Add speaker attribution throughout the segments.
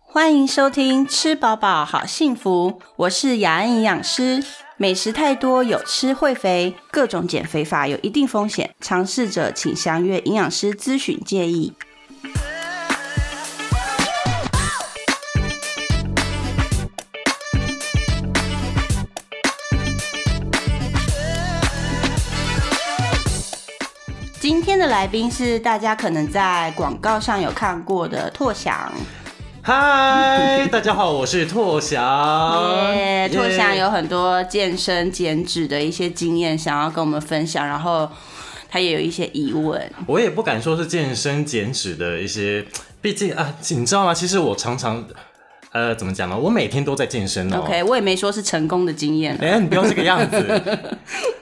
Speaker 1: 欢迎收听《吃饱饱好幸福》，我是雅安营养师。美食太多，有吃会肥，各种减肥法有一定风险，尝试者请详阅营养师咨询建议。今天的来宾是大家可能在广告上有看过的拓翔，
Speaker 2: 嗨，大家好，我是拓翔。
Speaker 1: 耶，拓翔
Speaker 2: 耶
Speaker 1: 有很多健身减脂的一些经验，想要跟我们分享，然后他也有一些疑问。
Speaker 2: 我也不敢说是健身减脂的一些，毕竟啊，你知道吗？其实我常常，呃，怎么讲呢？我每天都在健身哦。
Speaker 1: OK，我也没说是成功的经 验
Speaker 2: 哎、你不要这个样子。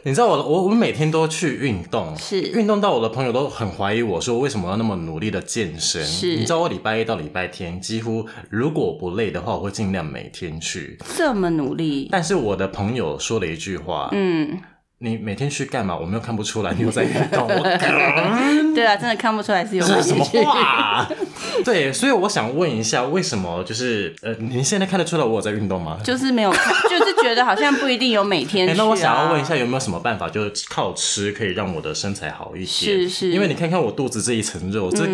Speaker 2: 你知道我的，我我每天都去运动，
Speaker 1: 是
Speaker 2: 运动到我的朋友都很怀疑我说为什么要那么努力的健身。
Speaker 1: 是
Speaker 2: 你知道我礼拜一到礼拜天几乎如果不累的话，我会尽量每天去。
Speaker 1: 这么努力，
Speaker 2: 但是我的朋友说了一句话，
Speaker 1: 嗯，
Speaker 2: 你每天去干嘛？我们又看不出来你有在运动，我
Speaker 1: 对啊，真的看不出来是有
Speaker 2: 这是什么
Speaker 1: 兴趣
Speaker 2: 话？对，所以我想问一下，为什么就是呃，您现在看得出来我有在运动吗？
Speaker 1: 就是没有看，就是觉得好像不一定有每天
Speaker 2: 哎、
Speaker 1: 去、啊
Speaker 2: 那我想要问一下，有没有什么办法，就是靠吃可以让我的身材好一点？
Speaker 1: 是是嗯
Speaker 2: 因为你看看我肚子这一层肉，这、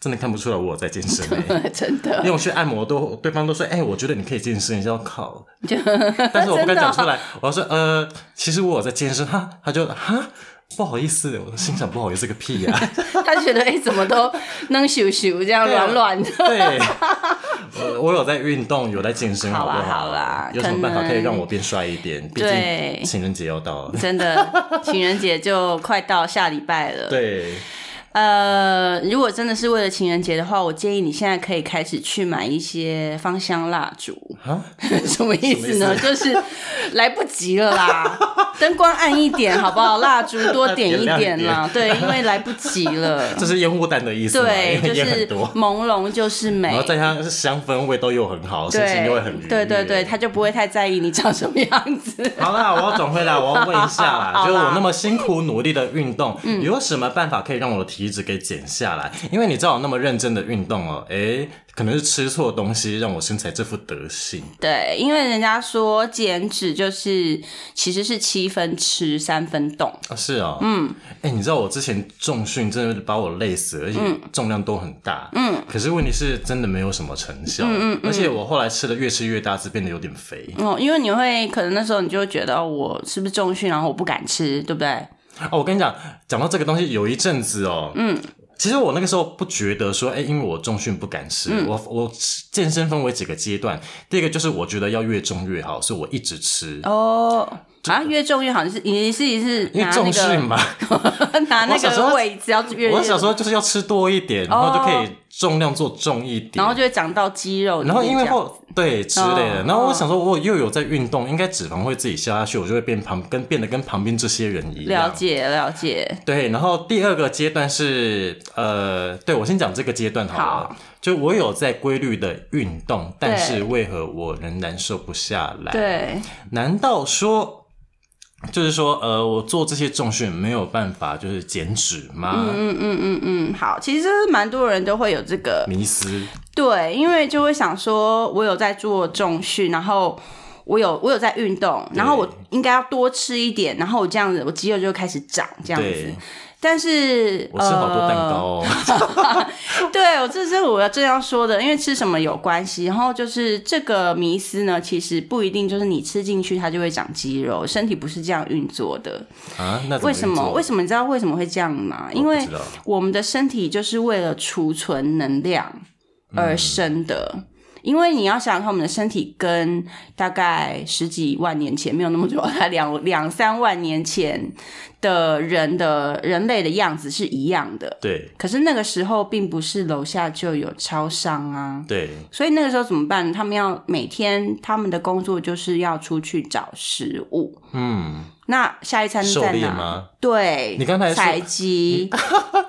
Speaker 2: 真的看不出来我有在健身、欸。
Speaker 1: 真
Speaker 2: 因
Speaker 1: 的，
Speaker 2: 为我去按摩都，对方都说，哎、我觉得你可以健身一下，要靠， 但是我不敢讲出
Speaker 1: 哦
Speaker 2: 来，我要说，呃，其实我有在健身，哈，他就哈，不好意思，我心想不好意思个屁啊呀、
Speaker 1: 他觉得哎、怎么都弄咻咻这样
Speaker 2: 对啊
Speaker 1: 软软的。
Speaker 2: 对，我我有在运动，有在健身，
Speaker 1: 好
Speaker 2: 好不
Speaker 1: 啦
Speaker 2: 好？
Speaker 1: 好啦
Speaker 2: 有什么办
Speaker 1: 可
Speaker 2: 法
Speaker 1: 能
Speaker 2: 可以让我变帅一点？毕
Speaker 1: 对
Speaker 2: 竟情人节要到了。
Speaker 1: 真的，情人节就快到下礼拜了。
Speaker 2: 对，
Speaker 1: 呃，如果真的是为了情人节的话，我建议你现在可以开始去买一些芳香蜡烛。
Speaker 2: 啊，
Speaker 1: 什么意思呢？
Speaker 2: 什么
Speaker 1: 就
Speaker 2: 意思
Speaker 1: 是来不及了啦， 灯光暗一点好不好？蜡烛多点一点啦，对，因为来不及了。
Speaker 2: 这是烟雾弹的意思吗，
Speaker 1: 对
Speaker 2: 因，为
Speaker 1: 就
Speaker 2: 烟
Speaker 1: 是
Speaker 2: 很多，
Speaker 1: 朦胧就是美
Speaker 2: 然后。再加上香氛味都又很好，心情
Speaker 1: 对
Speaker 2: 就会很愉悦。
Speaker 1: 对对对，他就不会太在意你长什么样子。
Speaker 2: 好啦，我要转回来，我要问一下
Speaker 1: 好
Speaker 2: 啦，嗯
Speaker 1: 啦
Speaker 2: 就是我那么辛苦努力的运动，有什么办法可以让我的体脂给减下来？因为你知道我那么认真的运动哦，诶，可能是吃错东西让我身材这副德行。
Speaker 1: 对，因为人家说减脂就是其实是七分吃三分动，
Speaker 2: 啊，是哦，嗯，哎、你知道我之前重训真的把我累死，而且重量都很大，嗯，可是问题是真的没有什么成效，嗯嗯而且我后来吃的越吃越大，是变得有点肥。
Speaker 1: 哦，因为你会可能那时候你就会觉得、哦、我是不是重训，然后我不敢吃，对不对？
Speaker 2: 哦，我跟你讲，讲到这个东西，有一阵子哦，嗯。其实我那个时候不觉得说，哎、因为我重训不敢吃，
Speaker 1: 嗯
Speaker 2: 我我健身分为几个阶段，第一个就是我觉得要越重越好，所以我一直吃，
Speaker 1: 哦，啊，越重越好，你是你是你是
Speaker 2: 因
Speaker 1: 拿
Speaker 2: 为
Speaker 1: 那
Speaker 2: 重
Speaker 1: 个
Speaker 2: 训嘛，
Speaker 1: 拿那
Speaker 2: 我小时候
Speaker 1: 个位置要越，哦
Speaker 2: 我小时候就是要吃多一点，然后就可以重量做重一点，
Speaker 1: 然后就会长到肌肉里面
Speaker 2: 然
Speaker 1: 这
Speaker 2: 后
Speaker 1: 样，
Speaker 2: 因为后对之类
Speaker 1: 哦
Speaker 2: 的，然后我想说，我又有在运动，应该脂肪会自己下去，我就会变旁跟变得跟旁边这些人一
Speaker 1: 了
Speaker 2: 样。
Speaker 1: 解了解，
Speaker 2: 对，然后第二个阶段是呃，对我先讲这个阶段好了，
Speaker 1: 好
Speaker 2: 就我有在规律的运动，但
Speaker 1: 对
Speaker 2: 是为何我仍然瘦不下来？，
Speaker 1: 对，
Speaker 2: 难道说？就是说，呃，我做这些重训没有办法，就是减脂吗？
Speaker 1: 嗯嗯嗯嗯，好，其实蛮多人都会有这个，
Speaker 2: 迷思
Speaker 1: 对，因为就会想说，我有在做重训，然后。我有我有在运动，然后我
Speaker 2: 对
Speaker 1: 应该要多吃一点，然后我这样子，我肌肉就会开始长这样子
Speaker 2: 对。
Speaker 1: 但是
Speaker 2: 我吃好多蛋
Speaker 1: 呃
Speaker 2: 糕哦，
Speaker 1: 对，我这是我要正要说的，因为吃什么有关系。然后就是这个迷思呢，其实不一定就是你吃进去它就会长肌肉，身体不是这样运作的。
Speaker 2: 啊，那
Speaker 1: 呃为什么？为
Speaker 2: 什
Speaker 1: 什么你知道为什么会这样吗？因为
Speaker 2: 知道
Speaker 1: 我们的身体就是为了储存能量而生的。因为你要想想看，我们的身体跟大概十几万年前没有那么久， 大概两两三万年前的人的人类的样子是一样的。
Speaker 2: 对
Speaker 1: 可是那个时候并不是楼下就有超商啊，
Speaker 2: 对
Speaker 1: 所以那个时候怎么办？他们要每天他们的工作就是要出去找食物，
Speaker 2: 嗯，
Speaker 1: 那下一餐
Speaker 2: 狩
Speaker 1: 在
Speaker 2: 猎
Speaker 1: 哪
Speaker 2: 吗？
Speaker 1: 对，
Speaker 2: 你刚才说
Speaker 1: 采 集，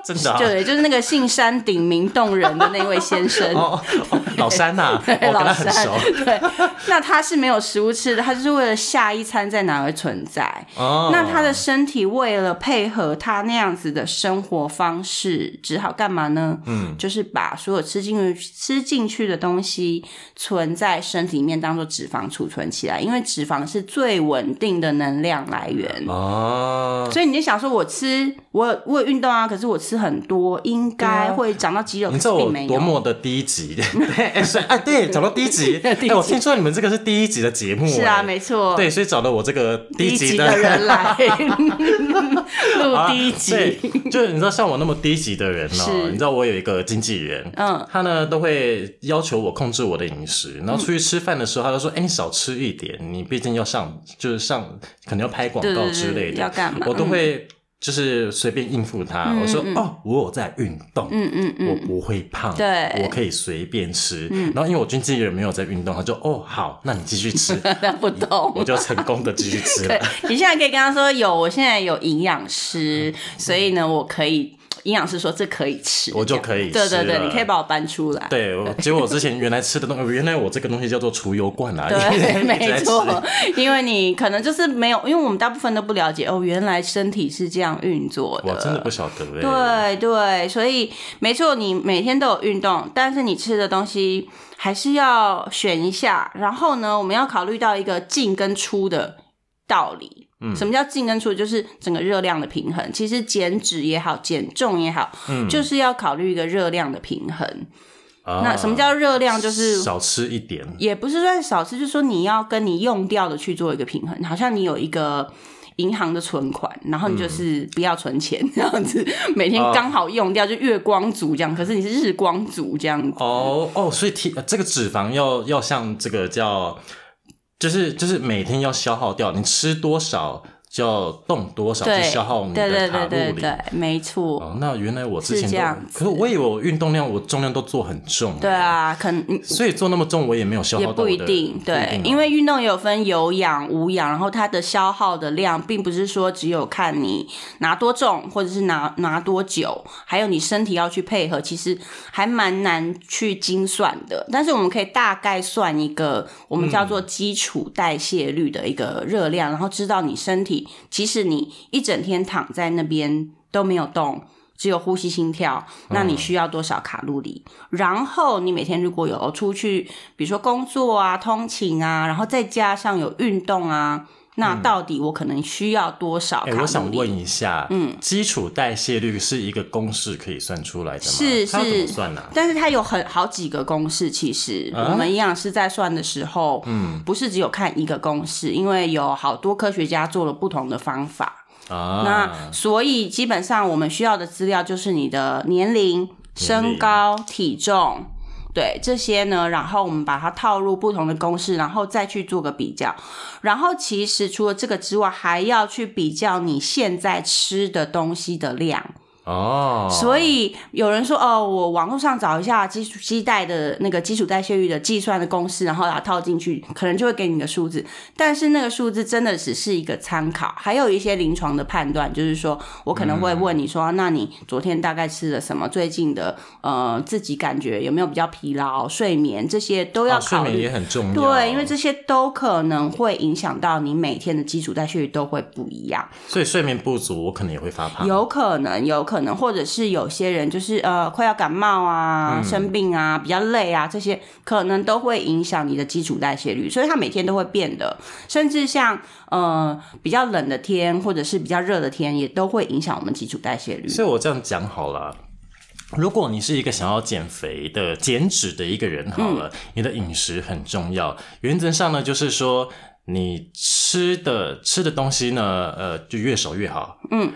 Speaker 2: 真的、啊。
Speaker 1: 对，就是那个姓山顶明洞人的那位先生。
Speaker 2: 哦，哦老山呐、我
Speaker 1: 对
Speaker 2: 跟
Speaker 1: 老
Speaker 2: 他很
Speaker 1: 山
Speaker 2: 熟。，
Speaker 1: 对，那他是没有食物吃的，他就是为了下一餐在哪儿存在。
Speaker 2: 哦，
Speaker 1: 那他的身体为了配合他那样子的生活方式，只好干嘛呢？嗯，就是把所有吃进去吃进去的东西存在身体里面，当做脂肪储存起来，因为脂肪是最稳定的能量来源。
Speaker 2: 嗯哦，
Speaker 1: 所以你就想说，我吃我我有运动啊，可是我吃很多，应该会长到肌肉，
Speaker 2: 你
Speaker 1: 可
Speaker 2: 知
Speaker 1: 是
Speaker 2: 道我
Speaker 1: 并没
Speaker 2: 多
Speaker 1: 有。
Speaker 2: 么的 低级？对，哎所以哎，对，讲到低级，哎、我听说你们这个是第一集的节目、
Speaker 1: 是啊，
Speaker 2: 哎
Speaker 1: 没错。
Speaker 2: 对，所以找了我这个
Speaker 1: 低
Speaker 2: 级
Speaker 1: 级的 人来录
Speaker 2: 啊
Speaker 1: 低级，
Speaker 2: 对就是你知道像我那么低级的人哦、
Speaker 1: 是
Speaker 2: 你知道我有一个经纪人，
Speaker 1: 嗯，
Speaker 2: 他呢都会要求我控制我的饮食，然后出去吃饭的时候，他就说：“哎、你少吃一点，你毕竟要上，就是上，可能要拍广
Speaker 1: 对
Speaker 2: 告
Speaker 1: 对
Speaker 2: 之
Speaker 1: 对，
Speaker 2: 类的。
Speaker 1: 嗯要干嘛？嗯
Speaker 2: 我都会就是随便应付他。我说：“哦，我有在运动。
Speaker 1: 嗯嗯嗯，
Speaker 2: 我不会胖，
Speaker 1: 对嗯
Speaker 2: 我可以随便吃。然后因为我经纪人没有在运动，他就哦好，那你继 续吃，
Speaker 1: 他嗯不懂。
Speaker 2: 我就成功的继续吃了
Speaker 1: 对。， 你现在可以跟他说有，我现在有营养师，所以呢，我可以，营养师说这可以吃，
Speaker 2: 我就
Speaker 1: 这样
Speaker 2: 可以
Speaker 1: 对对
Speaker 2: 吃
Speaker 1: 对，
Speaker 2: 了
Speaker 1: 你可以把我搬出来。
Speaker 2: 对，我结果我之前原来吃的东西，原来我这个东西叫做除油罐啊，因为
Speaker 1: 对，
Speaker 2: 一 直
Speaker 1: 没
Speaker 2: 在吃
Speaker 1: 错，因为你可能就是没有，因为我们大部分都不了解哦，原来身体是这样运作
Speaker 2: 我真的不晓得哎、
Speaker 1: 对对，所以没错，你每天都有运动，但是你吃的东西还是要选一下。然后呢，我们要考虑到一个进跟出的道理。嗯，什么叫进跟出？就是整个热量的平衡。其实减脂也好，减重也好，就是要考虑一个热量的平衡。
Speaker 2: 啊
Speaker 1: 那什么叫热量？就是
Speaker 2: 少吃一点？
Speaker 1: 也不是算少吃，就是说你要跟你用掉的去做一个平衡，好像你有一个。银行的存款，然后你就是不要存钱、这样子，
Speaker 2: 哦
Speaker 1: 每天刚好用掉，就月光族这样。可是你是日光族这样子，
Speaker 2: 哦哦，所以体呃这个脂肪要要像这个叫，就是就是每天要消耗掉，你吃多少就要动多少
Speaker 1: 对，
Speaker 2: 去消耗你
Speaker 1: 对对
Speaker 2: 的
Speaker 1: 对
Speaker 2: 卡路
Speaker 1: 对
Speaker 2: 里。
Speaker 1: 对，没错，
Speaker 2: 哦，那原来我之
Speaker 1: 是
Speaker 2: 前
Speaker 1: 这样
Speaker 2: 都，可是我以为我运动量，我重量都做很重。
Speaker 1: 对，啊，可能
Speaker 2: 所以做那么重，我也没有消
Speaker 1: 也
Speaker 2: 耗到我
Speaker 1: 不
Speaker 2: 的。
Speaker 1: 一
Speaker 2: 啊
Speaker 1: 定，对，因
Speaker 2: 为
Speaker 1: 为运动也有分有氧、无氧，然后它的消耗的量，并不是说只有看你拿多重，或者是拿拿多久，还有你身体要去配合，其实还蛮难去精算的。但是我们可以大概算一个我们叫
Speaker 2: 嗯
Speaker 1: 做基础代谢率的一个热量，然后知道你身体，即使你一整天躺在那边都没有动。只有呼吸心跳，那
Speaker 2: 嗯
Speaker 1: 你需要多少卡路里？然后你每天如果有出去，比如说工作啊、通勤啊，然后再加上有运动啊，那到底我可能需要多少卡
Speaker 2: 嗯哎、
Speaker 1: 路里？
Speaker 2: 我想问一下，嗯，基础代谢率是一个公式可以算出来的吗？
Speaker 1: 是
Speaker 2: 它要怎么
Speaker 1: 是
Speaker 2: 算呢、啊？
Speaker 1: 但是它有很好几个公式，其实、
Speaker 2: 啊
Speaker 1: 我们营养师在算的时候，嗯，不是只有看一个公式，因为有好多科学家做了不同的方法。
Speaker 2: 啊，
Speaker 1: 那所以基本上我们需要的资料就是你的年龄、身高、体重。对这些呢，然后我们把它套入不同的公式，然后再去做个比较。然后其实除了这个之外，还要去比较你现在吃的东西的量。
Speaker 2: 哦，
Speaker 1: 所以有人说，哦，我网络上找一下基础基代的那个基础代谢率的计算的公式，然后把它套进去，可能就会给你个数字。但是那个数字真的只是一个参考，还有一些临床的判断，就是说我可能会问你说，啊那你昨天大概吃了什么？最近的呃，自己感觉有没有比较疲劳、睡眠这些都要
Speaker 2: 哦睡
Speaker 1: 考
Speaker 2: 眠
Speaker 1: 虑。
Speaker 2: 也很重要，
Speaker 1: 对，因为这些都可能会影响到你每天的基础代谢率都会不一样。
Speaker 2: 所以睡眠不足，我可能也会发胖。
Speaker 1: 有可能，有可能，或者是有些人就是呃，快要感冒
Speaker 2: 嗯
Speaker 1: 啊、生病啊、比较累啊，这些可能都会影响你的基础代谢率，所以它每天都会变的。甚至像呃比较冷的天，或者是比较热的天，也都会影响我们基础代谢率。
Speaker 2: 所以我这样讲好了。啊如果你是一个想要减肥的、减脂的一个人，好了，
Speaker 1: 嗯
Speaker 2: 你的饮食很重要。原则上呢，就是说你吃的吃的东西呢，呃，就越少越好。嗯。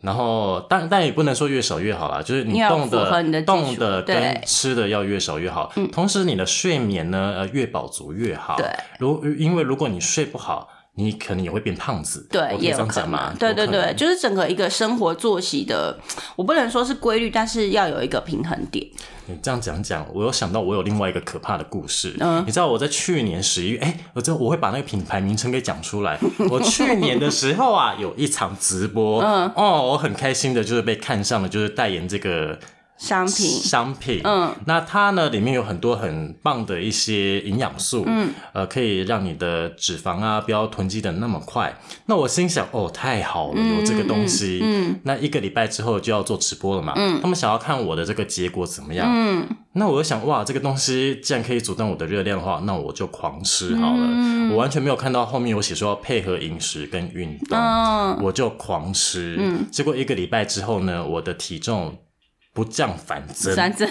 Speaker 2: 然后，但但也不能说越少越好啦，就是
Speaker 1: 你
Speaker 2: 你
Speaker 1: 要
Speaker 2: 动
Speaker 1: 符合
Speaker 2: 的、
Speaker 1: 你的基础
Speaker 2: 动的
Speaker 1: 对嗯
Speaker 2: 跟吃的要越少越好。同时，你的睡眠呢，呃，越饱足越好。
Speaker 1: 对。
Speaker 2: 如因为如果你睡不好，你可能也会变胖子。
Speaker 1: 对，
Speaker 2: 我可以
Speaker 1: 也
Speaker 2: 这
Speaker 1: 有
Speaker 2: 样
Speaker 1: 可
Speaker 2: 讲嘛
Speaker 1: 能，？对
Speaker 2: 有
Speaker 1: 对
Speaker 2: 可
Speaker 1: 对，
Speaker 2: 能
Speaker 1: 就是整个一个生活作息的，我不能说是规律，但是要有一个平衡点。
Speaker 2: 你这样讲讲，我又想到我有另外一个可怕的故事。你知道我在去年十一月，哎、我知道我会把那个品牌名称给讲出来。我去年的时候啊，有一场直播，哦，我很开心的，就是被看上了，就是代言这个
Speaker 1: 商品，
Speaker 2: 商品，嗯，那它呢里面有很多很棒的一些营养素，嗯，呃，可以让你的脂肪啊不要囤积的那么快。那我心想，哦，太好了，有这个东西，嗯，那一个礼拜之后就要做直播了嘛，嗯，他们想要看我的这个结果怎么样，嗯，那我就想，哇，这个东西既然可以阻断我的热量的话，那我就狂吃好了，我完全没有看到后面有写说要配合饮食跟运动，
Speaker 1: 嗯
Speaker 2: 我就狂吃，嗯，结果一个礼拜之后呢，我的体重。不降反增，
Speaker 1: 反正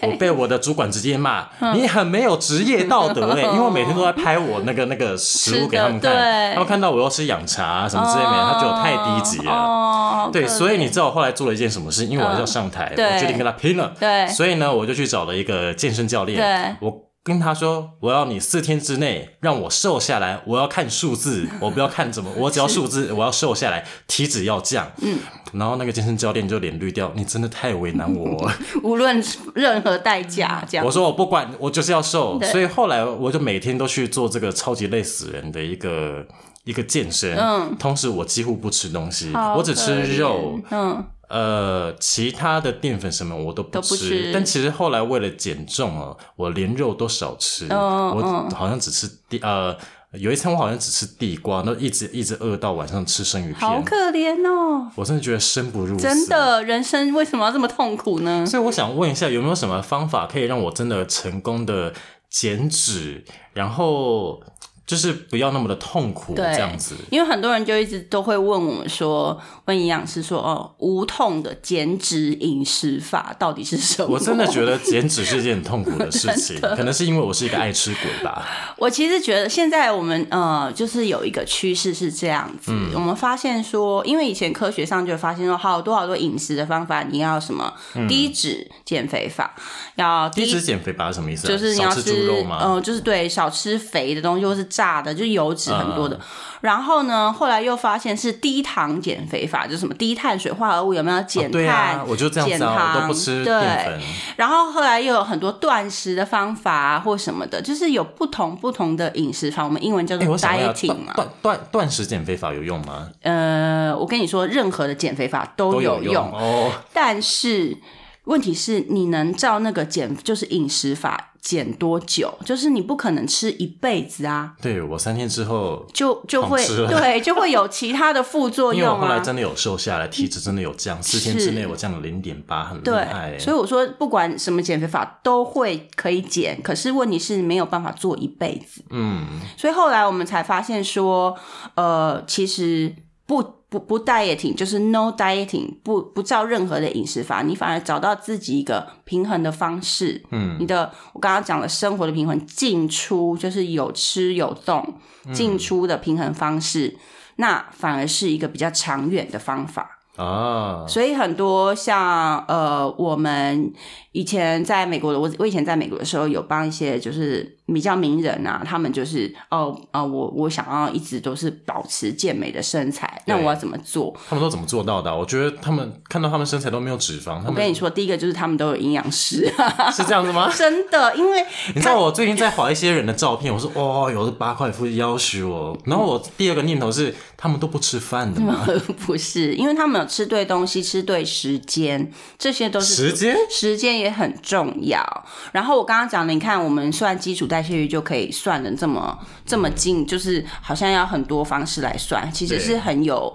Speaker 2: 我
Speaker 1: 对，
Speaker 2: 被我的主管直接骂，你很没有职业道德 哎、欸，因为我每天都在拍我那个那个食
Speaker 1: 吃
Speaker 2: 物
Speaker 1: 的
Speaker 2: 给他们看，
Speaker 1: 对
Speaker 2: 他们看到我要吃养茶、啊、什么之类的，他觉得我太低级了。
Speaker 1: 哦，
Speaker 2: 对，
Speaker 1: 可
Speaker 2: 所以
Speaker 1: 怜
Speaker 2: 你知道我后来做了一件什么事？因为我还是要上台，
Speaker 1: 嗯对
Speaker 2: 我决定跟他拼了。
Speaker 1: 对
Speaker 2: 所以呢，我就去找了一个健身教练，我跟他说，我要你四天之内让我瘦下来，我要看数字，我不要看怎么，我只要数字，我要瘦下来，体脂要降。嗯，然后那个健身教练就脸绿掉，你真的太为难我 了。
Speaker 1: 无论任何代价，这样
Speaker 2: 嗯我说我不管，我就是要瘦，
Speaker 1: 对
Speaker 2: 所以后来我就每天都去做这个超级累死人的一个一个健身。嗯，同时我几乎不吃东西，
Speaker 1: 好
Speaker 2: 我只
Speaker 1: 可
Speaker 2: 吃
Speaker 1: 怜
Speaker 2: 肉，
Speaker 1: 嗯，
Speaker 2: 呃，其他的淀粉什么我都不
Speaker 1: 都不吃
Speaker 2: 但其实后来为了减重哦，我连肉都少吃，
Speaker 1: 哦
Speaker 2: 我好像只吃地呃。有一餐我好像只吃地瓜，那一直一直饿到晚上吃生鱼
Speaker 1: 好
Speaker 2: 片，
Speaker 1: 可怜哦，
Speaker 2: 我真的觉得生不如死。
Speaker 1: 真的，人生为什么要这么痛苦呢？
Speaker 2: 所以我想问一下，有没有什么方法可以让我真的成功的减脂，然后就是不要那么的痛苦
Speaker 1: 对
Speaker 2: 这样子？
Speaker 1: 因为很多人就一直都会问我们说，问营养师说，哦，无痛的减脂饮食法到底是什么？
Speaker 2: 我真的觉得减脂是一件很痛苦的事情，可能是因为我是一个爱吃鬼吧。
Speaker 1: 我其实觉得现在我们呃，就是有一个趋势是这样子，
Speaker 2: 嗯
Speaker 1: 我们发现说，因为以前科学上就发现说，好多好多饮食的方法，你要什么
Speaker 2: 嗯
Speaker 1: 低脂减肥法，要
Speaker 2: 低脂减肥吧是什么意思、啊？
Speaker 1: 就是你要
Speaker 2: 少吃猪肉吗？哦
Speaker 1: 呃，就是对，少吃肥的东西，或是炸的，就是油脂很多
Speaker 2: 嗯
Speaker 1: 的。然后呢，后来又发现是低糖减肥法，就是什么低碳水化合物有没有减
Speaker 2: 对
Speaker 1: 碳？
Speaker 2: 啊，我就这样子
Speaker 1: 减
Speaker 2: 啊，我
Speaker 1: 糖
Speaker 2: 都不吃
Speaker 1: 对
Speaker 2: 淀粉。
Speaker 1: 然后后来又有很多断食的方法啊，或什么的，就是有不同不同的饮食法，我们英文叫
Speaker 2: 哎、
Speaker 1: 做
Speaker 2: 我想问一下
Speaker 1: dieting 嘛
Speaker 2: 断。断断断食减肥法有用吗？
Speaker 1: 呃，我跟你说，任何的减肥法都
Speaker 2: 都
Speaker 1: 有
Speaker 2: 用哦。
Speaker 1: 但是问题是你能照那个减，就是饮食法减多久？就是你不可能吃一辈子啊。
Speaker 2: 对我三天之后，
Speaker 1: 就就
Speaker 2: 狂
Speaker 1: 会
Speaker 2: 吃了
Speaker 1: 对，就会有其他的副作
Speaker 2: 因为我
Speaker 1: 用
Speaker 2: 后来
Speaker 1: 啊。
Speaker 2: 真的有瘦下来，体脂真的有降，四天之内我降了零点八，很厉
Speaker 1: 对
Speaker 2: 害、欸。，
Speaker 1: 所以我说，不管什么减肥法都会可以减，可是问题是没有办法做一辈子。
Speaker 2: 嗯，
Speaker 1: 所以后来我们才发现说，呃，其实不不不 dieting 就是 no dieting，不不照任何的饮食法，你反而找到自己一个平衡的方式。嗯，你的我刚刚讲的生活的平衡，进出就是有吃有动，
Speaker 2: 嗯
Speaker 1: 进出的平衡方式，那反而是一个比较长远的方法。
Speaker 2: 啊，
Speaker 1: 所以很多像呃，我们以前在美国的，我我以前在美国的时候，有帮一些就是比较名人啊，他们就是哦啊、呃我我想要一直都是保持健美的身材，那
Speaker 2: 对
Speaker 1: 我要怎么做？
Speaker 2: 他们都怎么做到的啊、我觉得他们看到他们身材都没有脂肪，他
Speaker 1: 我跟
Speaker 2: 们
Speaker 1: 你说，第一个就是他们都有营养师，？
Speaker 2: 是这样子 吗
Speaker 1: 真的，因为
Speaker 2: 你知道我最近在划一些人的照片，我说哦，有的八块腹要许我，然后我第二个念头是他们都不吃饭的吗？
Speaker 1: 不是，因为他们有吃对东西，吃对时间，这些都是
Speaker 2: 时间
Speaker 1: 时间也很重要。然后我刚刚讲的，你看我们算基础代谢率就可以算的这么这么近，就是好像要很多方式来算，其实
Speaker 2: 对
Speaker 1: 是很有。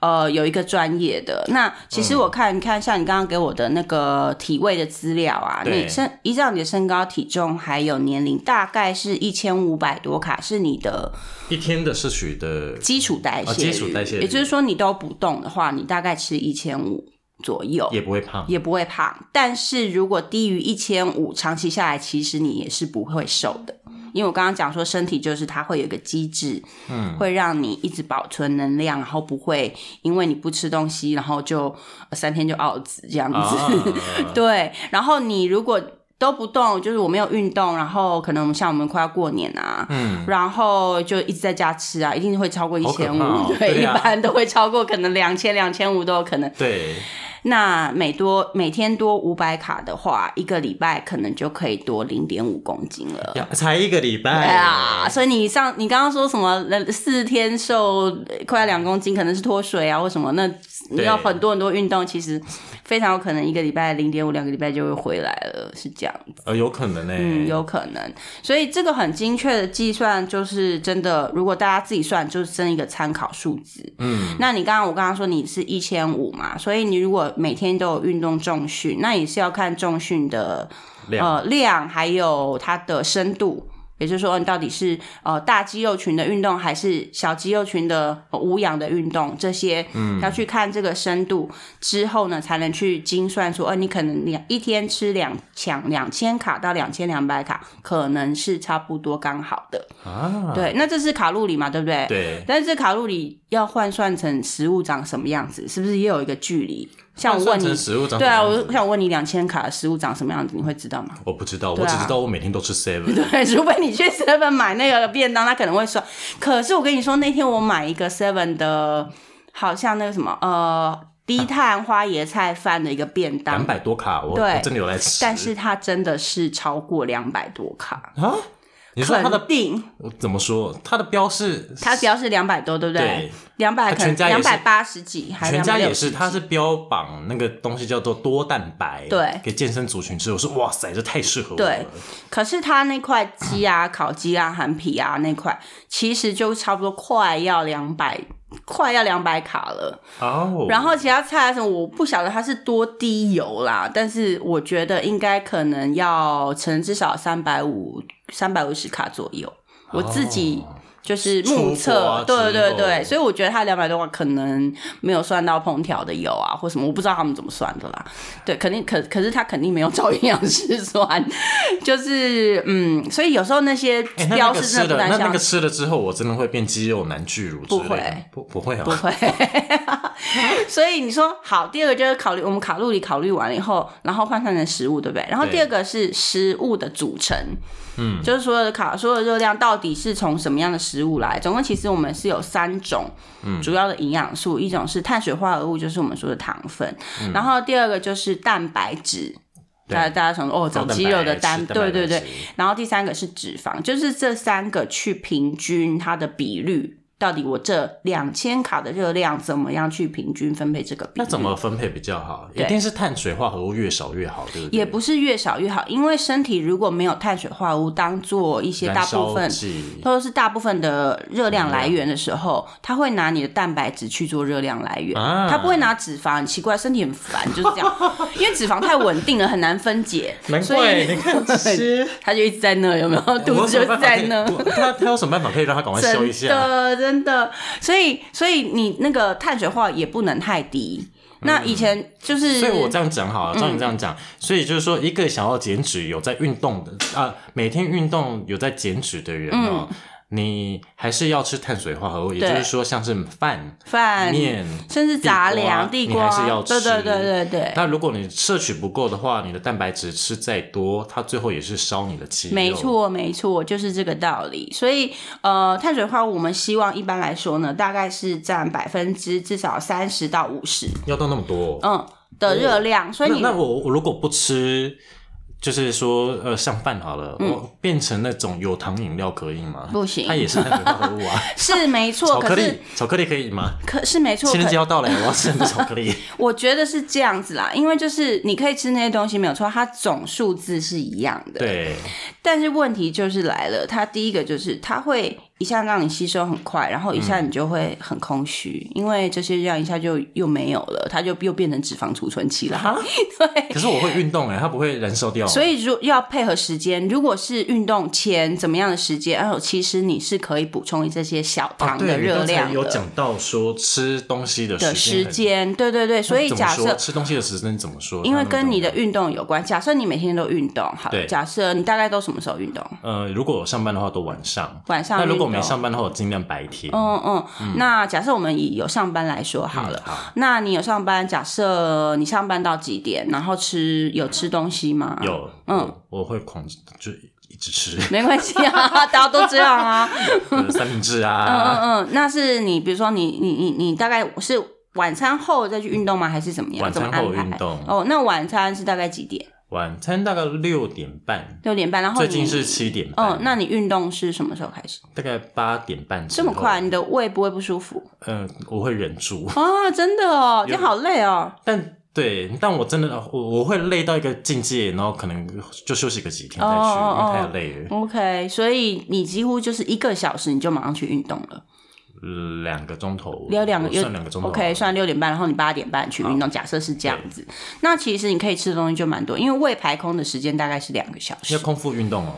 Speaker 1: 呃，有一个专业的那，其实我看、你看，像你刚刚给我的那个体位的资料啊，
Speaker 2: 对
Speaker 1: 你身依照你的身高、体重还有年龄，大概是一千五百多卡是你的
Speaker 2: 一天的摄 取的
Speaker 1: 基础代谢率、
Speaker 2: 啊基础代谢率
Speaker 1: 也就是说你都不动的话，你大概吃一千五左右，
Speaker 2: 也不会胖，
Speaker 1: 也不会胖。但是如果低于一千五，长期下来其实你也是不会瘦的，因为我刚刚讲说身体就是它会有一个机制，嗯，会让你一直保存能量，然后不会因为你不吃东西，然后就呃三天就 out 这样子。
Speaker 2: 啊
Speaker 1: 对，然后你如果都不动，就是我没有运动，然后可能我们像我们快要过年啊，
Speaker 2: 嗯，
Speaker 1: 然后就一直在家吃啊，一定会超过一
Speaker 2: 好可
Speaker 1: 千五
Speaker 2: 怕哦，
Speaker 1: 对，
Speaker 2: 对
Speaker 1: 一
Speaker 2: 啊
Speaker 1: 般都会超过，可能两千、两千五都有可能。
Speaker 2: 对，
Speaker 1: 那每多每天多五百卡的话，一个礼拜可能就可以多零点五公斤了。
Speaker 2: 呀才一个礼
Speaker 1: 对
Speaker 2: 拜
Speaker 1: 啊，所以你上你刚刚说什么呃四天瘦呃快两公斤，可能是脱水啊或什么，那你
Speaker 2: 对
Speaker 1: 要很多很多运动，其实非常有可能一个礼拜零点五两个礼拜就会回来了，是这样。
Speaker 2: 呃，有可能呢、
Speaker 1: 嗯，有可能。所以这个很精确的计算，就是真的，如果大家自己算，就是真的一个参考数字。嗯，那你刚刚我刚刚说你是一千五嘛，所以你如果每天都有运动重训，那也是要看重训的
Speaker 2: 量
Speaker 1: 呃量，还有它的深度。也就是说，你到底是呃大肌肉群的运动，还是小肌肉群的、呃无氧的运动？这些，嗯，要去看这个深度之后呢，才能去精算说，呃，你可能两一天吃两抢两千卡到两千两百卡，可能是差不多刚好的。
Speaker 2: 啊，
Speaker 1: 对，那这是卡路里嘛，对不对？。
Speaker 2: 对，
Speaker 1: 但是这卡路里要换算成食物长什么样子，是不是也有一个距离？像我问
Speaker 2: 换
Speaker 1: 你
Speaker 2: 成，食物长
Speaker 1: 对
Speaker 2: 什
Speaker 1: 啊，
Speaker 2: 么样
Speaker 1: 我
Speaker 2: 子
Speaker 1: 想问你两千卡的食物长什么样子，你会知道吗？
Speaker 2: 我不知道，
Speaker 1: 对
Speaker 2: 我
Speaker 1: 啊
Speaker 2: 只知道我每天都吃 seven，
Speaker 1: 对，除非你去 Seven 买那个便当，他可能会说。可是我跟你说，那天我买一个 Seven 的，好像那个什么呃低碳花椰菜饭的一个便
Speaker 2: 两
Speaker 1: 当，
Speaker 2: 百多卡，我
Speaker 1: 对
Speaker 2: 我真的有来吃。
Speaker 1: 但是它真的是超过两百多卡。
Speaker 2: 啊，你说它
Speaker 1: 肯
Speaker 2: 的
Speaker 1: 定，
Speaker 2: 我怎么说？它的标示，
Speaker 1: 它只要是两百多，对不对
Speaker 2: 对？
Speaker 1: 两百
Speaker 2: 它
Speaker 1: 可能
Speaker 2: 全家也
Speaker 1: 两
Speaker 2: 是
Speaker 1: 百八十几，还
Speaker 2: 全家也是，
Speaker 1: 260
Speaker 2: 它是标榜那个东西叫做多蛋白，
Speaker 1: 对
Speaker 2: 给健身族群吃。我说哇塞，这太适合我
Speaker 1: 对
Speaker 2: 了。
Speaker 1: 可是它那块鸡啊、烤鸡啊、韩皮啊那块，其实就差不多快要两百，快要两百卡了。
Speaker 2: 哦，
Speaker 1: 然后其他菜啊什么，我不晓得它是多低油啦，但是我觉得应该可能要乘至少三百五、三百五十卡左右。我自己
Speaker 2: 哦
Speaker 1: 就是目测，
Speaker 2: 出锅啊
Speaker 1: 对
Speaker 2: 之
Speaker 1: 对
Speaker 2: 后
Speaker 1: 对，所以我觉得它两百多瓦可能没有算到烹调的油啊或什么，我不知道他们怎么算的啦。对，肯定可可是他肯定没有照营养师算， 就是嗯，所以有时候那些
Speaker 2: 哎那那
Speaker 1: 标
Speaker 2: 个
Speaker 1: 示
Speaker 2: 吃
Speaker 1: 真的不
Speaker 2: 了，那
Speaker 1: 难
Speaker 2: 那
Speaker 1: 相
Speaker 2: 个
Speaker 1: 信。
Speaker 2: 吃了之后，我真的会变肌肉男巨乳之类的？
Speaker 1: 不会
Speaker 2: 不不会啊，
Speaker 1: 不会，所以你说好，第二个就是考虑我们卡路里考虑完了以后，然后换算成食物，对不对？然后
Speaker 2: 对
Speaker 1: 第二个是食物的组成，嗯，就是所有的卡所有的热量到底是从什么样的食物来？总共其实我们是有三种
Speaker 2: 嗯
Speaker 1: 主要的营养素，一种是碳水化合物，就是我们说的糖分，然后第二个就是蛋白质。
Speaker 2: 嗯对
Speaker 1: 大家大家想说哦，
Speaker 2: 高
Speaker 1: 长
Speaker 2: 蛋
Speaker 1: 肌肉
Speaker 2: 白
Speaker 1: 的
Speaker 2: 吃
Speaker 1: 蛋，
Speaker 2: 白
Speaker 1: 对对对
Speaker 2: 质，
Speaker 1: 然后第三个是脂肪，就是这三个去平均它的比率，到底我这两千卡的热量怎么样去平均分配这个比率？
Speaker 2: 那怎么分配比较好？
Speaker 1: 嗯
Speaker 2: 一
Speaker 1: 对
Speaker 2: 定是碳水化合物越少越好，对不对？
Speaker 1: 也不是越少越好，因为身体如果没有碳水化合物当做一些大部
Speaker 2: 燃
Speaker 1: 分
Speaker 2: 烧剂
Speaker 1: 都是大部分的热量来源的时候，它会拿你的蛋白质去做热量来源，
Speaker 2: 啊
Speaker 1: 它不会拿脂肪。很奇怪，身体很烦，就是这 样，因为脂肪太稳定了，很难分解，
Speaker 2: 难
Speaker 1: 所
Speaker 2: 怪
Speaker 1: 以
Speaker 2: 你看这些，
Speaker 1: 它就一直在那，有没有？ 肚
Speaker 2: 我
Speaker 1: 子就
Speaker 2: 有什么
Speaker 1: 是
Speaker 2: 办法
Speaker 1: 在
Speaker 2: 可以
Speaker 1: 那。
Speaker 2: 我他他有什么办法可以让他赶快消一
Speaker 1: 真
Speaker 2: 下？
Speaker 1: 的真的，所以所以你那个碳水化也不能太低。那以前就是，
Speaker 2: 嗯所以我这样讲好了，照你这样
Speaker 1: 嗯
Speaker 2: 讲，所以就是说，一个想要减脂、有在运动的啊，每天运动有在减脂的人哦，你还是要吃碳水化合物，
Speaker 1: 嗯
Speaker 2: 也
Speaker 1: 对
Speaker 2: 就是说，像是饭、
Speaker 1: 饭
Speaker 2: 面。
Speaker 1: 甚至杂粮、地
Speaker 2: 地
Speaker 1: 瓜，
Speaker 2: 瓜你还是要
Speaker 1: 对对
Speaker 2: 吃
Speaker 1: 对对对。
Speaker 2: 那如果你摄取不够的话，你的蛋白质吃再多，它最后也是烧你的肌肉。
Speaker 1: 没，错，没错，就是这个道理。所以，呃，碳水化合物我们希望一般来说呢，大概是占百分之至少三十到五十，
Speaker 2: 要到那么多哦、
Speaker 1: 嗯的热量。所以
Speaker 2: 哦那
Speaker 1: 你
Speaker 2: 那我我如果不吃，就是说呃，像饭好了，我变成那种有糖饮料可以吗？
Speaker 1: 嗯不行
Speaker 2: 它也是碳水化合物 啊。
Speaker 1: 是没错，
Speaker 2: 巧克
Speaker 1: 可
Speaker 2: 力
Speaker 1: 是，
Speaker 2: 巧克力可以吗？
Speaker 1: 可是没错，
Speaker 2: 情
Speaker 1: 可
Speaker 2: 人节要到了，我要吃很多巧 克力。
Speaker 1: 我觉得是这样子啦，因为就是你可以吃那些东西没有错，它总数字是一样的。。
Speaker 2: 对，
Speaker 1: 但是问题就是来了，它第一个就是它会一下让你吸收很快，然后一下你就会很空虚，因为这些热量一下就又没有了，它就又变成脂肪储存期了。
Speaker 2: 哈，
Speaker 1: 对。
Speaker 2: 可是我会运动哎，它不会燃烧掉。
Speaker 1: 所以，如要配合时间，如果是运动前怎么样的时间，然后其实你是可以补充这些小
Speaker 2: 啊，
Speaker 1: 糖的
Speaker 2: 对，你
Speaker 1: 热
Speaker 2: 刚
Speaker 1: 量
Speaker 2: 才
Speaker 1: 的
Speaker 2: 有讲到说吃东西的
Speaker 1: 的
Speaker 2: 时
Speaker 1: 时
Speaker 2: 很
Speaker 1: 间，对对对。所以
Speaker 2: 怎么
Speaker 1: 假
Speaker 2: 说
Speaker 1: 设
Speaker 2: 吃东西的时间怎么说？
Speaker 1: 因为
Speaker 2: 它那么
Speaker 1: 跟你
Speaker 2: 重要
Speaker 1: 的运动有关。假设你每天都运动，好了，
Speaker 2: 对
Speaker 1: 假设你大概都什么时候运动？
Speaker 2: 呃，如果我上班的话，都晚上。
Speaker 1: 晚上
Speaker 2: 那
Speaker 1: 运
Speaker 2: 如果没上班的话，我尽量白天。
Speaker 1: 嗯嗯，那假设我们以有上班来说好了，
Speaker 2: 好
Speaker 1: 那你有上班，假设你上班到几点，然后吃有吃东西吗？，
Speaker 2: 有，
Speaker 1: 嗯
Speaker 2: 嗯，我会狂就一直吃
Speaker 1: 没关系 啊，大家都这样啊。
Speaker 2: 呃三明治
Speaker 1: 嗯嗯
Speaker 2: 啊，
Speaker 1: 嗯，那是你比如说你你你你大概是晚餐后再去运动吗？还是怎么样？
Speaker 2: 晚餐
Speaker 1: 怎么
Speaker 2: 后
Speaker 1: 安排
Speaker 2: 运动
Speaker 1: 哦，那晚餐是大概几点？
Speaker 2: 晚餐大概六点半，
Speaker 1: 六点半，然后
Speaker 2: 最
Speaker 1: 你
Speaker 2: 近是七点半，
Speaker 1: 哦，那你运动是什么时候开始？
Speaker 2: 大概八点半之
Speaker 1: 这么
Speaker 2: 后
Speaker 1: 快，？你的胃不会不舒服
Speaker 2: 嗯，我会忍住，
Speaker 1: 啊？真的哦，这
Speaker 2: 有
Speaker 1: 样好累哦。
Speaker 2: 但对，但我真的我我会累到一个境界，然后可能就休息个几天再去，
Speaker 1: 哦哦哦
Speaker 2: 因为太累了，
Speaker 1: OK，所以你几乎就是一个小时你就马上去运动了，
Speaker 2: 呃两个钟头，
Speaker 1: 有两个
Speaker 2: 我
Speaker 1: 有
Speaker 2: 算两个钟头
Speaker 1: OK，算六点半，然后你八点半去运动，假设是这样子，那其实你可以吃的东西就蛮多，因为胃排空的时间大概是两个小
Speaker 2: 要
Speaker 1: 时，
Speaker 2: 空腹运动哦，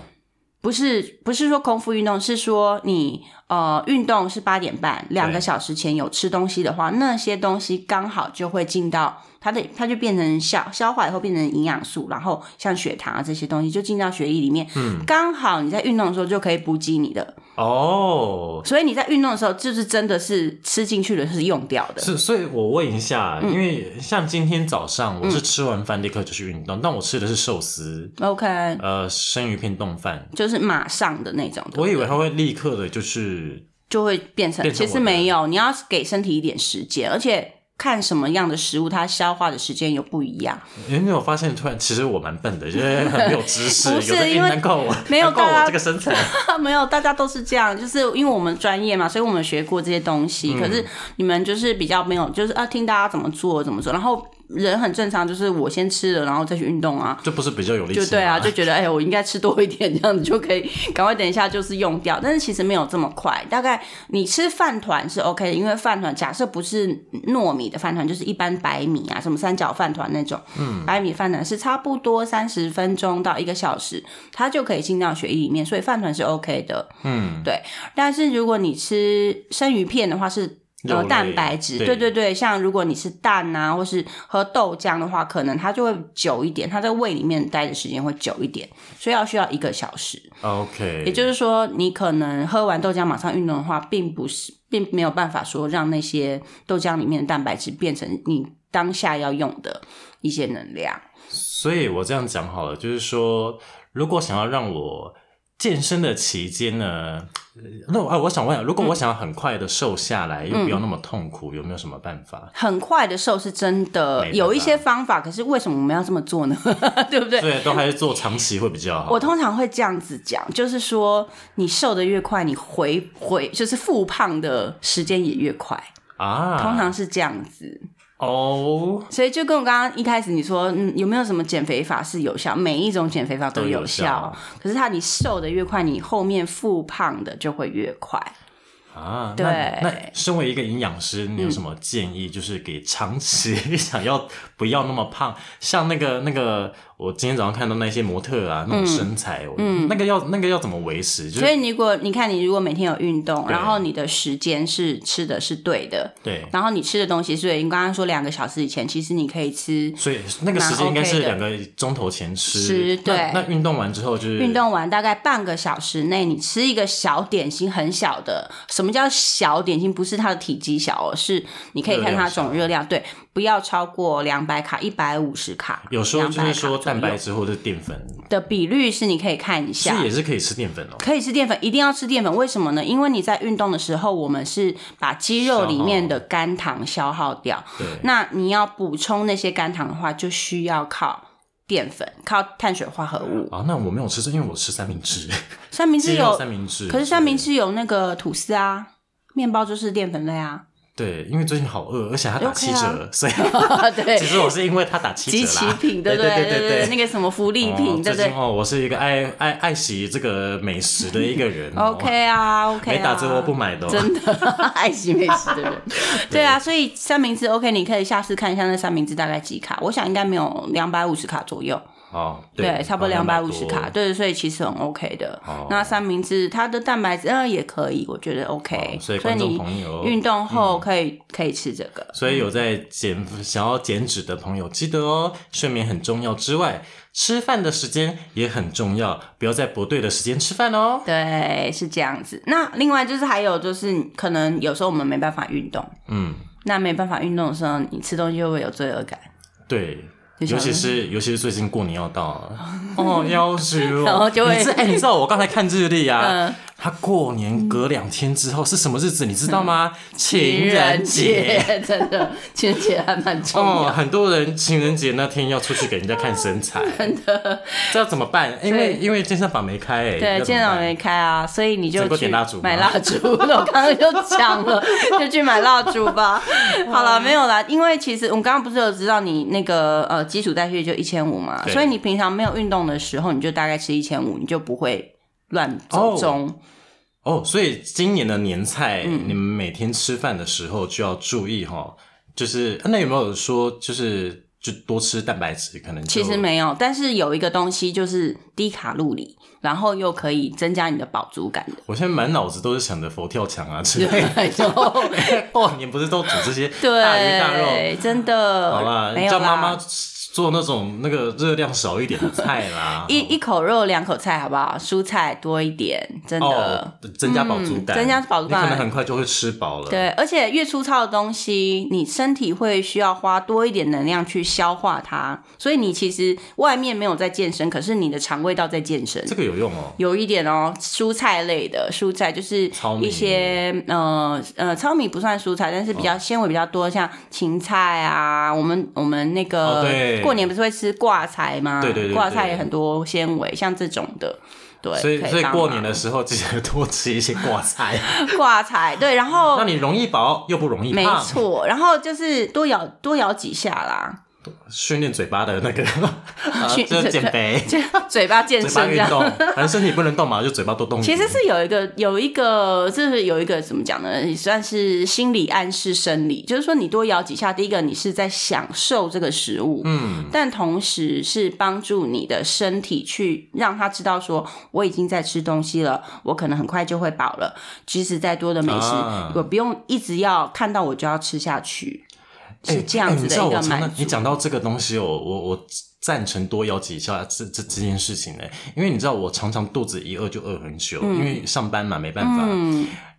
Speaker 1: 不是不是说空腹运动，是说你呃运动是八点半，两个小时前有吃东西的话，那些东西刚好就会进到它的，它就变成消消化以后变成营养素，然后像血糖啊这些东西就进到血液里面，嗯，刚好你在运动的时候就可以补给你的。
Speaker 2: 哦，
Speaker 1: 所以你在运动的时候，就是真的是吃进去的是用掉的。嗯
Speaker 2: 是，所以我问一下，因为像今天早上我是吃完饭立刻就去运动，但我吃的是寿司，
Speaker 1: OK，
Speaker 2: 呃，生鱼片冻饭，
Speaker 1: 就是马上的那种，
Speaker 2: 我以为它会立刻的，就是
Speaker 1: 就会变成。
Speaker 2: 变成
Speaker 1: 其
Speaker 2: 我的
Speaker 1: 实没有，你要给身体一点时间，而且看什么样的食物，它消化的时间有不一样。
Speaker 2: 因为你有发现，突然其实我蛮笨的，因为很没有知识，
Speaker 1: 不
Speaker 2: 有
Speaker 1: 是
Speaker 2: 的
Speaker 1: 因为
Speaker 2: 难怪我
Speaker 1: 没有
Speaker 2: 难怪
Speaker 1: 大家
Speaker 2: 我这个 身材，
Speaker 1: 没有，大家都是这样，就是因为我们专业嘛，所以我们学过这些东西。
Speaker 2: 嗯
Speaker 1: 可是你们就是比较没有，就是啊，听大家怎么做怎么做，然后人很正常，就是我先吃了，然后再去运动啊。
Speaker 2: 就不是比较有力气
Speaker 1: 就
Speaker 2: 吗，
Speaker 1: 对啊，就觉得哎、我应该吃多一点，这样子就可以赶快等一下就是用掉。但是其实没有这么快，大概你吃饭团是 OK 的，因为饭团假设不是糯米的饭团，就是一般白米啊，什么三角饭团那种，嗯，白米饭团是差不多三十分钟到一个小时，它就可以进到血液里面，所以饭团是 OK 的，嗯，对。但是如果你吃生鱼片的话是。
Speaker 2: 肉
Speaker 1: 呃，
Speaker 2: 类啊
Speaker 1: 蛋白质，
Speaker 2: 对
Speaker 1: 对对对，像如果你是蛋啊，或是喝豆浆的话，可能它就会久一点，它在胃里面待的时间会久一点，所以要需要一个小时。
Speaker 2: OK，
Speaker 1: 也就是说，你可能喝完豆浆马上运动的话，并不是，并没有办法说让那些豆浆里面的蛋白质变成你当下要用的一些能量。
Speaker 2: 所以我这样讲好了，就是说，如果想要让我健身的期间呢，呃那我啊，我想问，如
Speaker 1: 嗯
Speaker 2: 果我想要很快的瘦下来，又不要那么痛苦，有没有什么办法？
Speaker 1: 很快的瘦是真的
Speaker 2: 没办法
Speaker 1: 有一些方法，可是为什么我们要这么做呢？ 对不对？
Speaker 2: 对，都还是做长期会比较好。
Speaker 1: 我通常会这样子讲，就是说，你瘦的越快，你回回就是复胖的时间也越快，
Speaker 2: 啊，
Speaker 1: 通常是这样子。
Speaker 2: 哦，
Speaker 1: 所以就跟我刚刚一开始你说，嗯，有没有什么减肥法是有效？每一种减肥法都
Speaker 2: 都有
Speaker 1: 有
Speaker 2: 效
Speaker 1: 可是它你瘦的越快，你后面复胖的就会越快。
Speaker 2: 啊，
Speaker 1: 对
Speaker 2: 那那身为一个营养师，你有什么建议？就是给长期 想要不要那么胖，像那个那个，我今天早上看到那些模特啊，那种身材，嗯，那个要那个要怎么维持？就
Speaker 1: 所
Speaker 2: 是
Speaker 1: 以你如果你看你如果每天有运动，
Speaker 2: 对
Speaker 1: 然后你的时间是吃的是对的，
Speaker 2: 对。
Speaker 1: 然后你吃的东西，所以你刚刚说两个小时以前，其实你可以吃
Speaker 2: 所以那个时间应该是
Speaker 1: 蛮
Speaker 2: 两
Speaker 1: OK
Speaker 2: 个钟头前吃。
Speaker 1: 吃对
Speaker 2: 那那运动完之后就是
Speaker 1: 运。动完大概半个小时内，你吃一个小点心，很小的。什么叫小点心？不是它的体积小哦，是你可以看它总热量，对，不要超过两百卡，一百五十卡。
Speaker 2: 有时候就
Speaker 1: 200
Speaker 2: 是说
Speaker 1: 卡左右
Speaker 2: 蛋白质或者淀粉，
Speaker 1: 的比率是你可以看一
Speaker 2: 其
Speaker 1: 下
Speaker 2: 实。也是可以吃淀粉哦。
Speaker 1: 可以吃淀粉，一定要吃淀粉。为什么呢？因为你在运动的时候，我们是把肌肉里面的肝糖消耗掉。
Speaker 2: 对，
Speaker 1: 那你要补充那些肝糖的话，就需要靠淀粉，靠碳水化合物。
Speaker 2: 啊，那我没有吃，因为我吃三明治，
Speaker 1: 三明治
Speaker 2: 鸡肉
Speaker 1: 有
Speaker 2: 三明治。
Speaker 1: 可是三明治有那个吐司啊，面包就是淀粉类 啊。
Speaker 2: 对，因为最近好饿，而且它打
Speaker 1: OK
Speaker 2: 七
Speaker 1: 啊
Speaker 2: 折，所以
Speaker 1: 对
Speaker 2: 其实我是因为它打七折
Speaker 1: 集
Speaker 2: 啦。
Speaker 1: 齐品，
Speaker 2: 对
Speaker 1: 不
Speaker 2: 对
Speaker 1: 对
Speaker 2: 对
Speaker 1: 对，那个什么福利品，
Speaker 2: 哦
Speaker 1: 对
Speaker 2: 最
Speaker 1: 不
Speaker 2: 近
Speaker 1: 对
Speaker 2: 哦，我是一个爱爱爱惜这个美食的一个人哦。
Speaker 1: ？OK 啊，OK 啊。
Speaker 2: 没打折我不买的哦。
Speaker 1: 真的 爱惜美食的 人，对啊，所以三明治 OK，你可以下次看一下那三明治大概几卡，我想应该没有两百五十卡左右，
Speaker 2: 哦，
Speaker 1: 对，差不多两百五十
Speaker 2: 多
Speaker 1: 卡，对，所以其实很 OK 的。
Speaker 2: 哦
Speaker 1: 那三明治它的蛋白质呃也可以，我觉得 OK，、
Speaker 2: 哦所以观众
Speaker 1: 你
Speaker 2: 朋友嗯
Speaker 1: 运动后可以、可以吃这个。
Speaker 2: 所以有在减想要减脂的朋友，记得哦，睡眠很重要之外，吃饭的时间也很重要，不要在不对的时间吃饭哦。
Speaker 1: 对，是这样子。那另外就是还有就是，可能有时候我们没办法运动，
Speaker 2: 嗯，
Speaker 1: 那没办法运动的时候，你吃东西会不会有罪恶感？
Speaker 2: 对。
Speaker 1: 就想
Speaker 2: 尤其是尤其是最近过年要到了， 哦，要死 我！
Speaker 1: 然后就会
Speaker 2: 你知哎、你知道我刚才看日历啊，
Speaker 1: 嗯
Speaker 2: 他过年隔两天之后是什么日子？你知道吗？情人节。
Speaker 1: 嗯节 真的，情人节还蛮重要
Speaker 2: 哦，很多人情人节那天要出去给人家看身材， 真的，这要怎么办？因为因为健身房没开、哎，
Speaker 1: 对，
Speaker 2: 要怎么
Speaker 1: 健脑
Speaker 2: 办
Speaker 1: 没开啊，所以你就
Speaker 2: 能够
Speaker 1: 去
Speaker 2: 点蜡烛吗
Speaker 1: 买蜡烛。 那我刚刚就讲 了，就去买蜡烛吧。好了，没有啦，因为其实我们刚刚不是有知道你那个呃基础代谢就一千五嘛，
Speaker 2: 对
Speaker 1: 所以你平常没有运动的时候，你就大概吃一千五，你就不会乱走中。
Speaker 2: 哦，所以今年的年菜，
Speaker 1: 嗯
Speaker 2: 你们每天吃饭的时候就要注意哈，就是那有没有说就是就多吃蛋白质，可能就
Speaker 1: 其实没
Speaker 2: 哦
Speaker 1: 有，但是有一个东西就是低卡路里，然后又可以增加你的饱足感的。
Speaker 2: 我现在满脑子都是想着佛跳墙啊之类的。
Speaker 1: 对， 就
Speaker 2: 过年不是都煮这些大鱼大肉？
Speaker 1: 对，真的，
Speaker 2: 好啦，
Speaker 1: 没有
Speaker 2: 叫妈
Speaker 1: 啦。
Speaker 2: 妈做那种那个热量少一点的菜啦
Speaker 1: 一一口肉两口菜，好不好？蔬菜多一点，真的。
Speaker 2: 哦，增加饱足
Speaker 1: 嗯
Speaker 2: 感，
Speaker 1: 增加饱足感
Speaker 2: 你可能很快就会吃饱了。
Speaker 1: 对，而且越粗糙的东西，你身体会需要花多一点能量去消化它，所以你其实外面没有在健身，可是你的肠胃道在健身
Speaker 2: 这。个有用哦。
Speaker 1: 有一点哦，蔬菜类的蔬菜就是
Speaker 2: 糙米
Speaker 1: 一些呃呃，糙米不算蔬菜，但是比较纤维比较多，像芹菜啊，我们我们那
Speaker 2: 哦
Speaker 1: 个
Speaker 2: 对
Speaker 1: 过年不是会吃挂菜吗？
Speaker 2: 对对对对
Speaker 1: 挂菜也很多纤维，像这种的，对。
Speaker 2: 所以
Speaker 1: 可
Speaker 2: 所以
Speaker 1: 帮
Speaker 2: 过
Speaker 1: 忙
Speaker 2: 年的时候记得多吃一些挂菜，
Speaker 1: 挂彩，对，然后
Speaker 2: 让你容易饱又不容易
Speaker 1: 哦没
Speaker 2: 胖。
Speaker 1: 错，然后就是多咬多咬几下啦，
Speaker 2: 训练嘴巴的那个， 呃、
Speaker 1: 训
Speaker 2: 就是减肥，
Speaker 1: 就嘴巴 健
Speaker 2: 嘴巴
Speaker 1: 身这
Speaker 2: 运
Speaker 1: 样。
Speaker 2: 动，反正身体不能动嘛，就嘴巴多动一
Speaker 1: 其
Speaker 2: 点。
Speaker 1: 实是有一个有一个，就是有一个怎么讲呢？也算是心理暗示生理，就是说你多咬几下，第一个你是在享受这个食物，嗯，但同时是帮助你的身体去让他知道说我已经在吃东西了，我可能很快就会饱了，即使再多的美食，
Speaker 2: 啊
Speaker 1: 我不用一直要看到我就要吃下去，
Speaker 2: 哎
Speaker 1: 是这样子的一
Speaker 2: 哎你知道
Speaker 1: 个
Speaker 2: 我常
Speaker 1: 满
Speaker 2: 常
Speaker 1: 足。
Speaker 2: 你讲到这个东西哦，我我赞成多咬几下这这这件事情呢，因为你知道我常常肚子一饿就饿很久，
Speaker 1: 嗯
Speaker 2: 因为上班嘛没办法。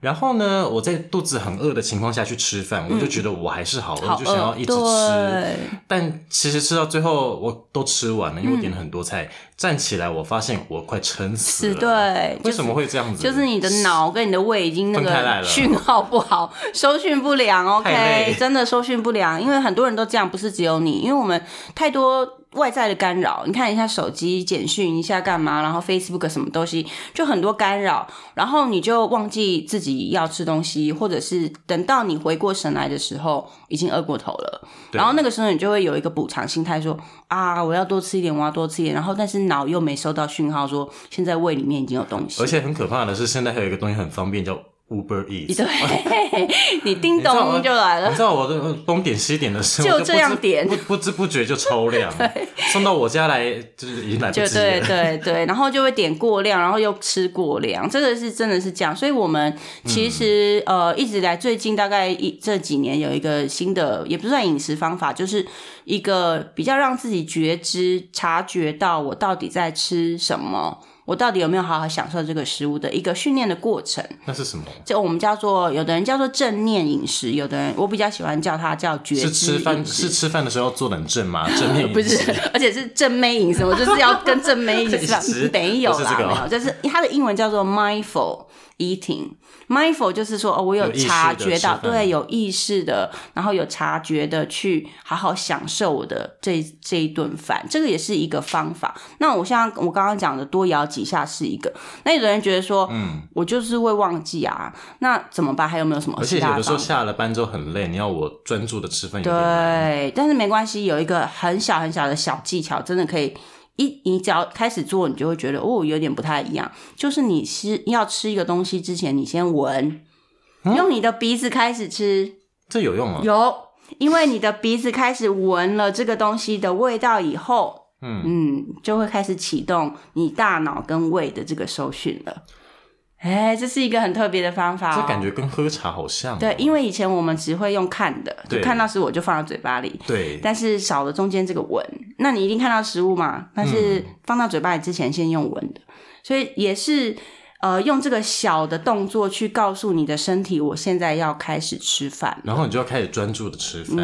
Speaker 2: 然后呢，我在肚子很饿的情况下去吃饭，我就觉得我还是好饿，
Speaker 1: 嗯好
Speaker 2: 就想要
Speaker 1: 饿，
Speaker 2: 一直吃。
Speaker 1: 呃对，
Speaker 2: 但其实吃到最后我都吃完了，因
Speaker 1: 嗯
Speaker 2: 为我点了很多菜。站起来，我发现我快撑死
Speaker 1: 是
Speaker 2: 了。
Speaker 1: 对，
Speaker 2: 为
Speaker 1: 就
Speaker 2: 什
Speaker 1: 是
Speaker 2: 么会这样子？
Speaker 1: 就是你的脑跟你的胃已经那
Speaker 2: 分开来
Speaker 1: 个
Speaker 2: 了
Speaker 1: 讯号不好，收讯不良
Speaker 2: 太累
Speaker 1: ，OK，真的收讯不良，因为很多人都这样，不是只有你，因为我们太多。外在的干扰，你看一下手机简讯一下干嘛，然后 Facebook 什么东西，就很多干扰，然后你就忘记自己要吃东西，或者是等到你回过神来的时候，已经饿过头了，
Speaker 2: 对
Speaker 1: 然后那个时候你就会有一个补偿心态说，啊，我要多吃一点，我要多吃一点，然后但是脑又没收到讯号说现在胃里面已经有东西，
Speaker 2: 而且很可怕的是，现在还有一个东西很方便，叫 Uber Eats。
Speaker 1: 对， 你叮
Speaker 2: 你知道我
Speaker 1: 咚就来
Speaker 2: 你
Speaker 1: 了。
Speaker 2: 知道我的东点西点的时候，
Speaker 1: 就
Speaker 2: 我不知
Speaker 1: 这样点
Speaker 2: 不不知不觉就超量， 送到我家来就是已经来不
Speaker 1: 就
Speaker 2: 及
Speaker 1: 对
Speaker 2: 了。
Speaker 1: 对对，然后就会点过量，然后又吃过量，这个是真的是这样。所以我们其实、
Speaker 2: 嗯
Speaker 1: 呃一直以来最近大概一这几年有一个新的，也不算饮食方法，就是一个比较让自己觉知、察觉到我到底在吃什么，我到底有没有好好享受这个食物的一个训练的过程。
Speaker 2: 那是什么？
Speaker 1: 就我们叫做有的人叫做正念饮食，有的人我比较喜欢叫它叫觉知
Speaker 2: 是
Speaker 1: 饮食。
Speaker 2: 吃饭是吃饭的时候做冷正吗？正面饮食
Speaker 1: 不是， 而且是正妹饮食，我就是要跟正妹饮
Speaker 2: 饮
Speaker 1: 食
Speaker 2: 食
Speaker 1: 饭没有
Speaker 2: 不 是
Speaker 1: 啦，
Speaker 2: 这个哦
Speaker 1: 没有，就是它的英文叫做 mindful eating。mindful 就是说，哦，我
Speaker 2: 有意识地
Speaker 1: 察觉到，
Speaker 2: 吃饭
Speaker 1: 对，有意识的，然后有察觉的去好好享受我的这这一顿饭，这个也是一个方法。那我像我刚刚讲的，多咬几下是一个。那有的人觉得说，嗯，我就是会忘记啊，那怎么办？还有没有什么
Speaker 2: 而且
Speaker 1: 其他
Speaker 2: 有
Speaker 1: 的
Speaker 2: 的时候
Speaker 1: 方法？
Speaker 2: 下了班之后很累，你要我专注的吃饭有点难。
Speaker 1: 对，但是没关系，有一个很小很小的小技巧，真的可以。一你只要开始做，你就会觉得哦，有点不太一样。就是你吃要吃一个东西之前，你先闻，
Speaker 2: 啊
Speaker 1: 用你的鼻子开始吃，
Speaker 2: 这有用啊！
Speaker 1: 有，因为你的鼻子开始闻了这个东西的味道以后，嗯就会开始启动你大脑跟胃的这个收讯了。哎，这是一个很特别的方法、哦，
Speaker 2: 这感觉跟喝茶好像哦、
Speaker 1: 对，因为以前我们只会用看的，就
Speaker 2: 对
Speaker 1: 看到食物我就放到嘴巴里，
Speaker 2: 对
Speaker 1: 但是少了中间这个闻，那你一定看到食物嘛？但是
Speaker 2: 嗯
Speaker 1: 放到嘴巴里之前先用闻的，所以也是呃用这个小的动作去告诉你的身体，我现在要开始吃饭，
Speaker 2: 然后你就要开始专注的吃饭，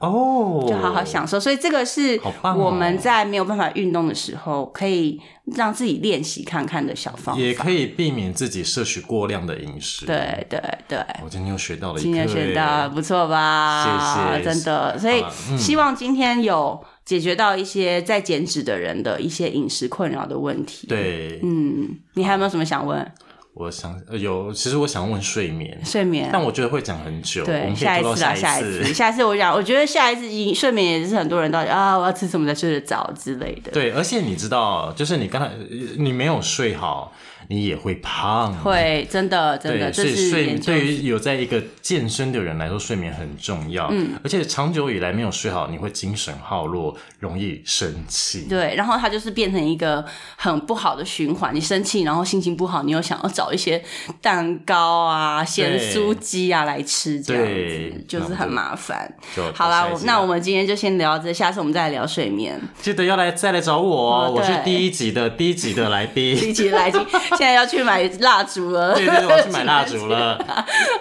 Speaker 2: 哦，
Speaker 1: 嗯就好好享受。所以这个是
Speaker 2: 好棒哦
Speaker 1: 我们在没有办法运动的时候，可以让自己练习看看的小方法。
Speaker 2: 也可以避免自己摄取过量的饮食。，
Speaker 1: 对对对。
Speaker 2: 我今天又学到了一课，
Speaker 1: 今天学到不错吧？
Speaker 2: 谢嗯谢
Speaker 1: 真的。所以希望今天有解决到一些在减脂的人的一些饮食困扰的问题。，
Speaker 2: 对，
Speaker 1: 嗯，你还有没有什么想问？
Speaker 2: 我想呃有，其实我想问睡眠，
Speaker 1: 睡眠。
Speaker 2: 但我觉得会讲很久，我
Speaker 1: 对，
Speaker 2: 们可
Speaker 1: 下
Speaker 2: 以
Speaker 1: 一
Speaker 2: 做到
Speaker 1: 次啦，
Speaker 2: 下
Speaker 1: 下
Speaker 2: 一
Speaker 1: 次，
Speaker 2: 次。
Speaker 1: 下一次我讲，我觉得下一次饮睡眠也是很多人到底啊，我要吃什么才睡得着之类的，
Speaker 2: 对，而且你知道，就是你刚才呃你没有睡好，你也会胖。
Speaker 1: 会真的真的，这
Speaker 2: 对，所以
Speaker 1: 是
Speaker 2: 睡
Speaker 1: 研究
Speaker 2: 对于有在一个健身的人来说，睡眠很重要。嗯，而且长久以来没有睡好，你会精神耗弱，容易生气。
Speaker 1: 对，然后它就是变成一个很不好的循环。你生气，然后心情不好，你又想要找一些蛋糕啊、咸酥鸡啊来吃，这样子
Speaker 2: 对
Speaker 1: 就是很麻烦。
Speaker 2: 就
Speaker 1: 好啦，
Speaker 2: 下一
Speaker 1: 我
Speaker 2: 集
Speaker 1: 那我们今天就先聊到这，下次我们再来聊睡眠。
Speaker 2: 记得要来再来找我哦，
Speaker 1: 哦
Speaker 2: 我是
Speaker 1: 对
Speaker 2: 第一集的第一集的来 宾。
Speaker 1: 一起来听，现在要去买蜡烛了。
Speaker 2: 对对对，我要去买蜡烛了。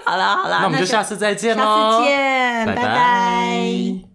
Speaker 1: 好啦好啦，
Speaker 2: 那我们就
Speaker 1: 下
Speaker 2: 下次再见喽，
Speaker 1: 下次见，拜
Speaker 2: 拜拜